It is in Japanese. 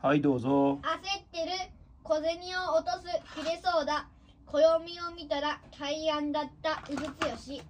はい、どうぞ。焦ってる小銭を落とす切れそうだ暦を見たら海岸だったうずつよし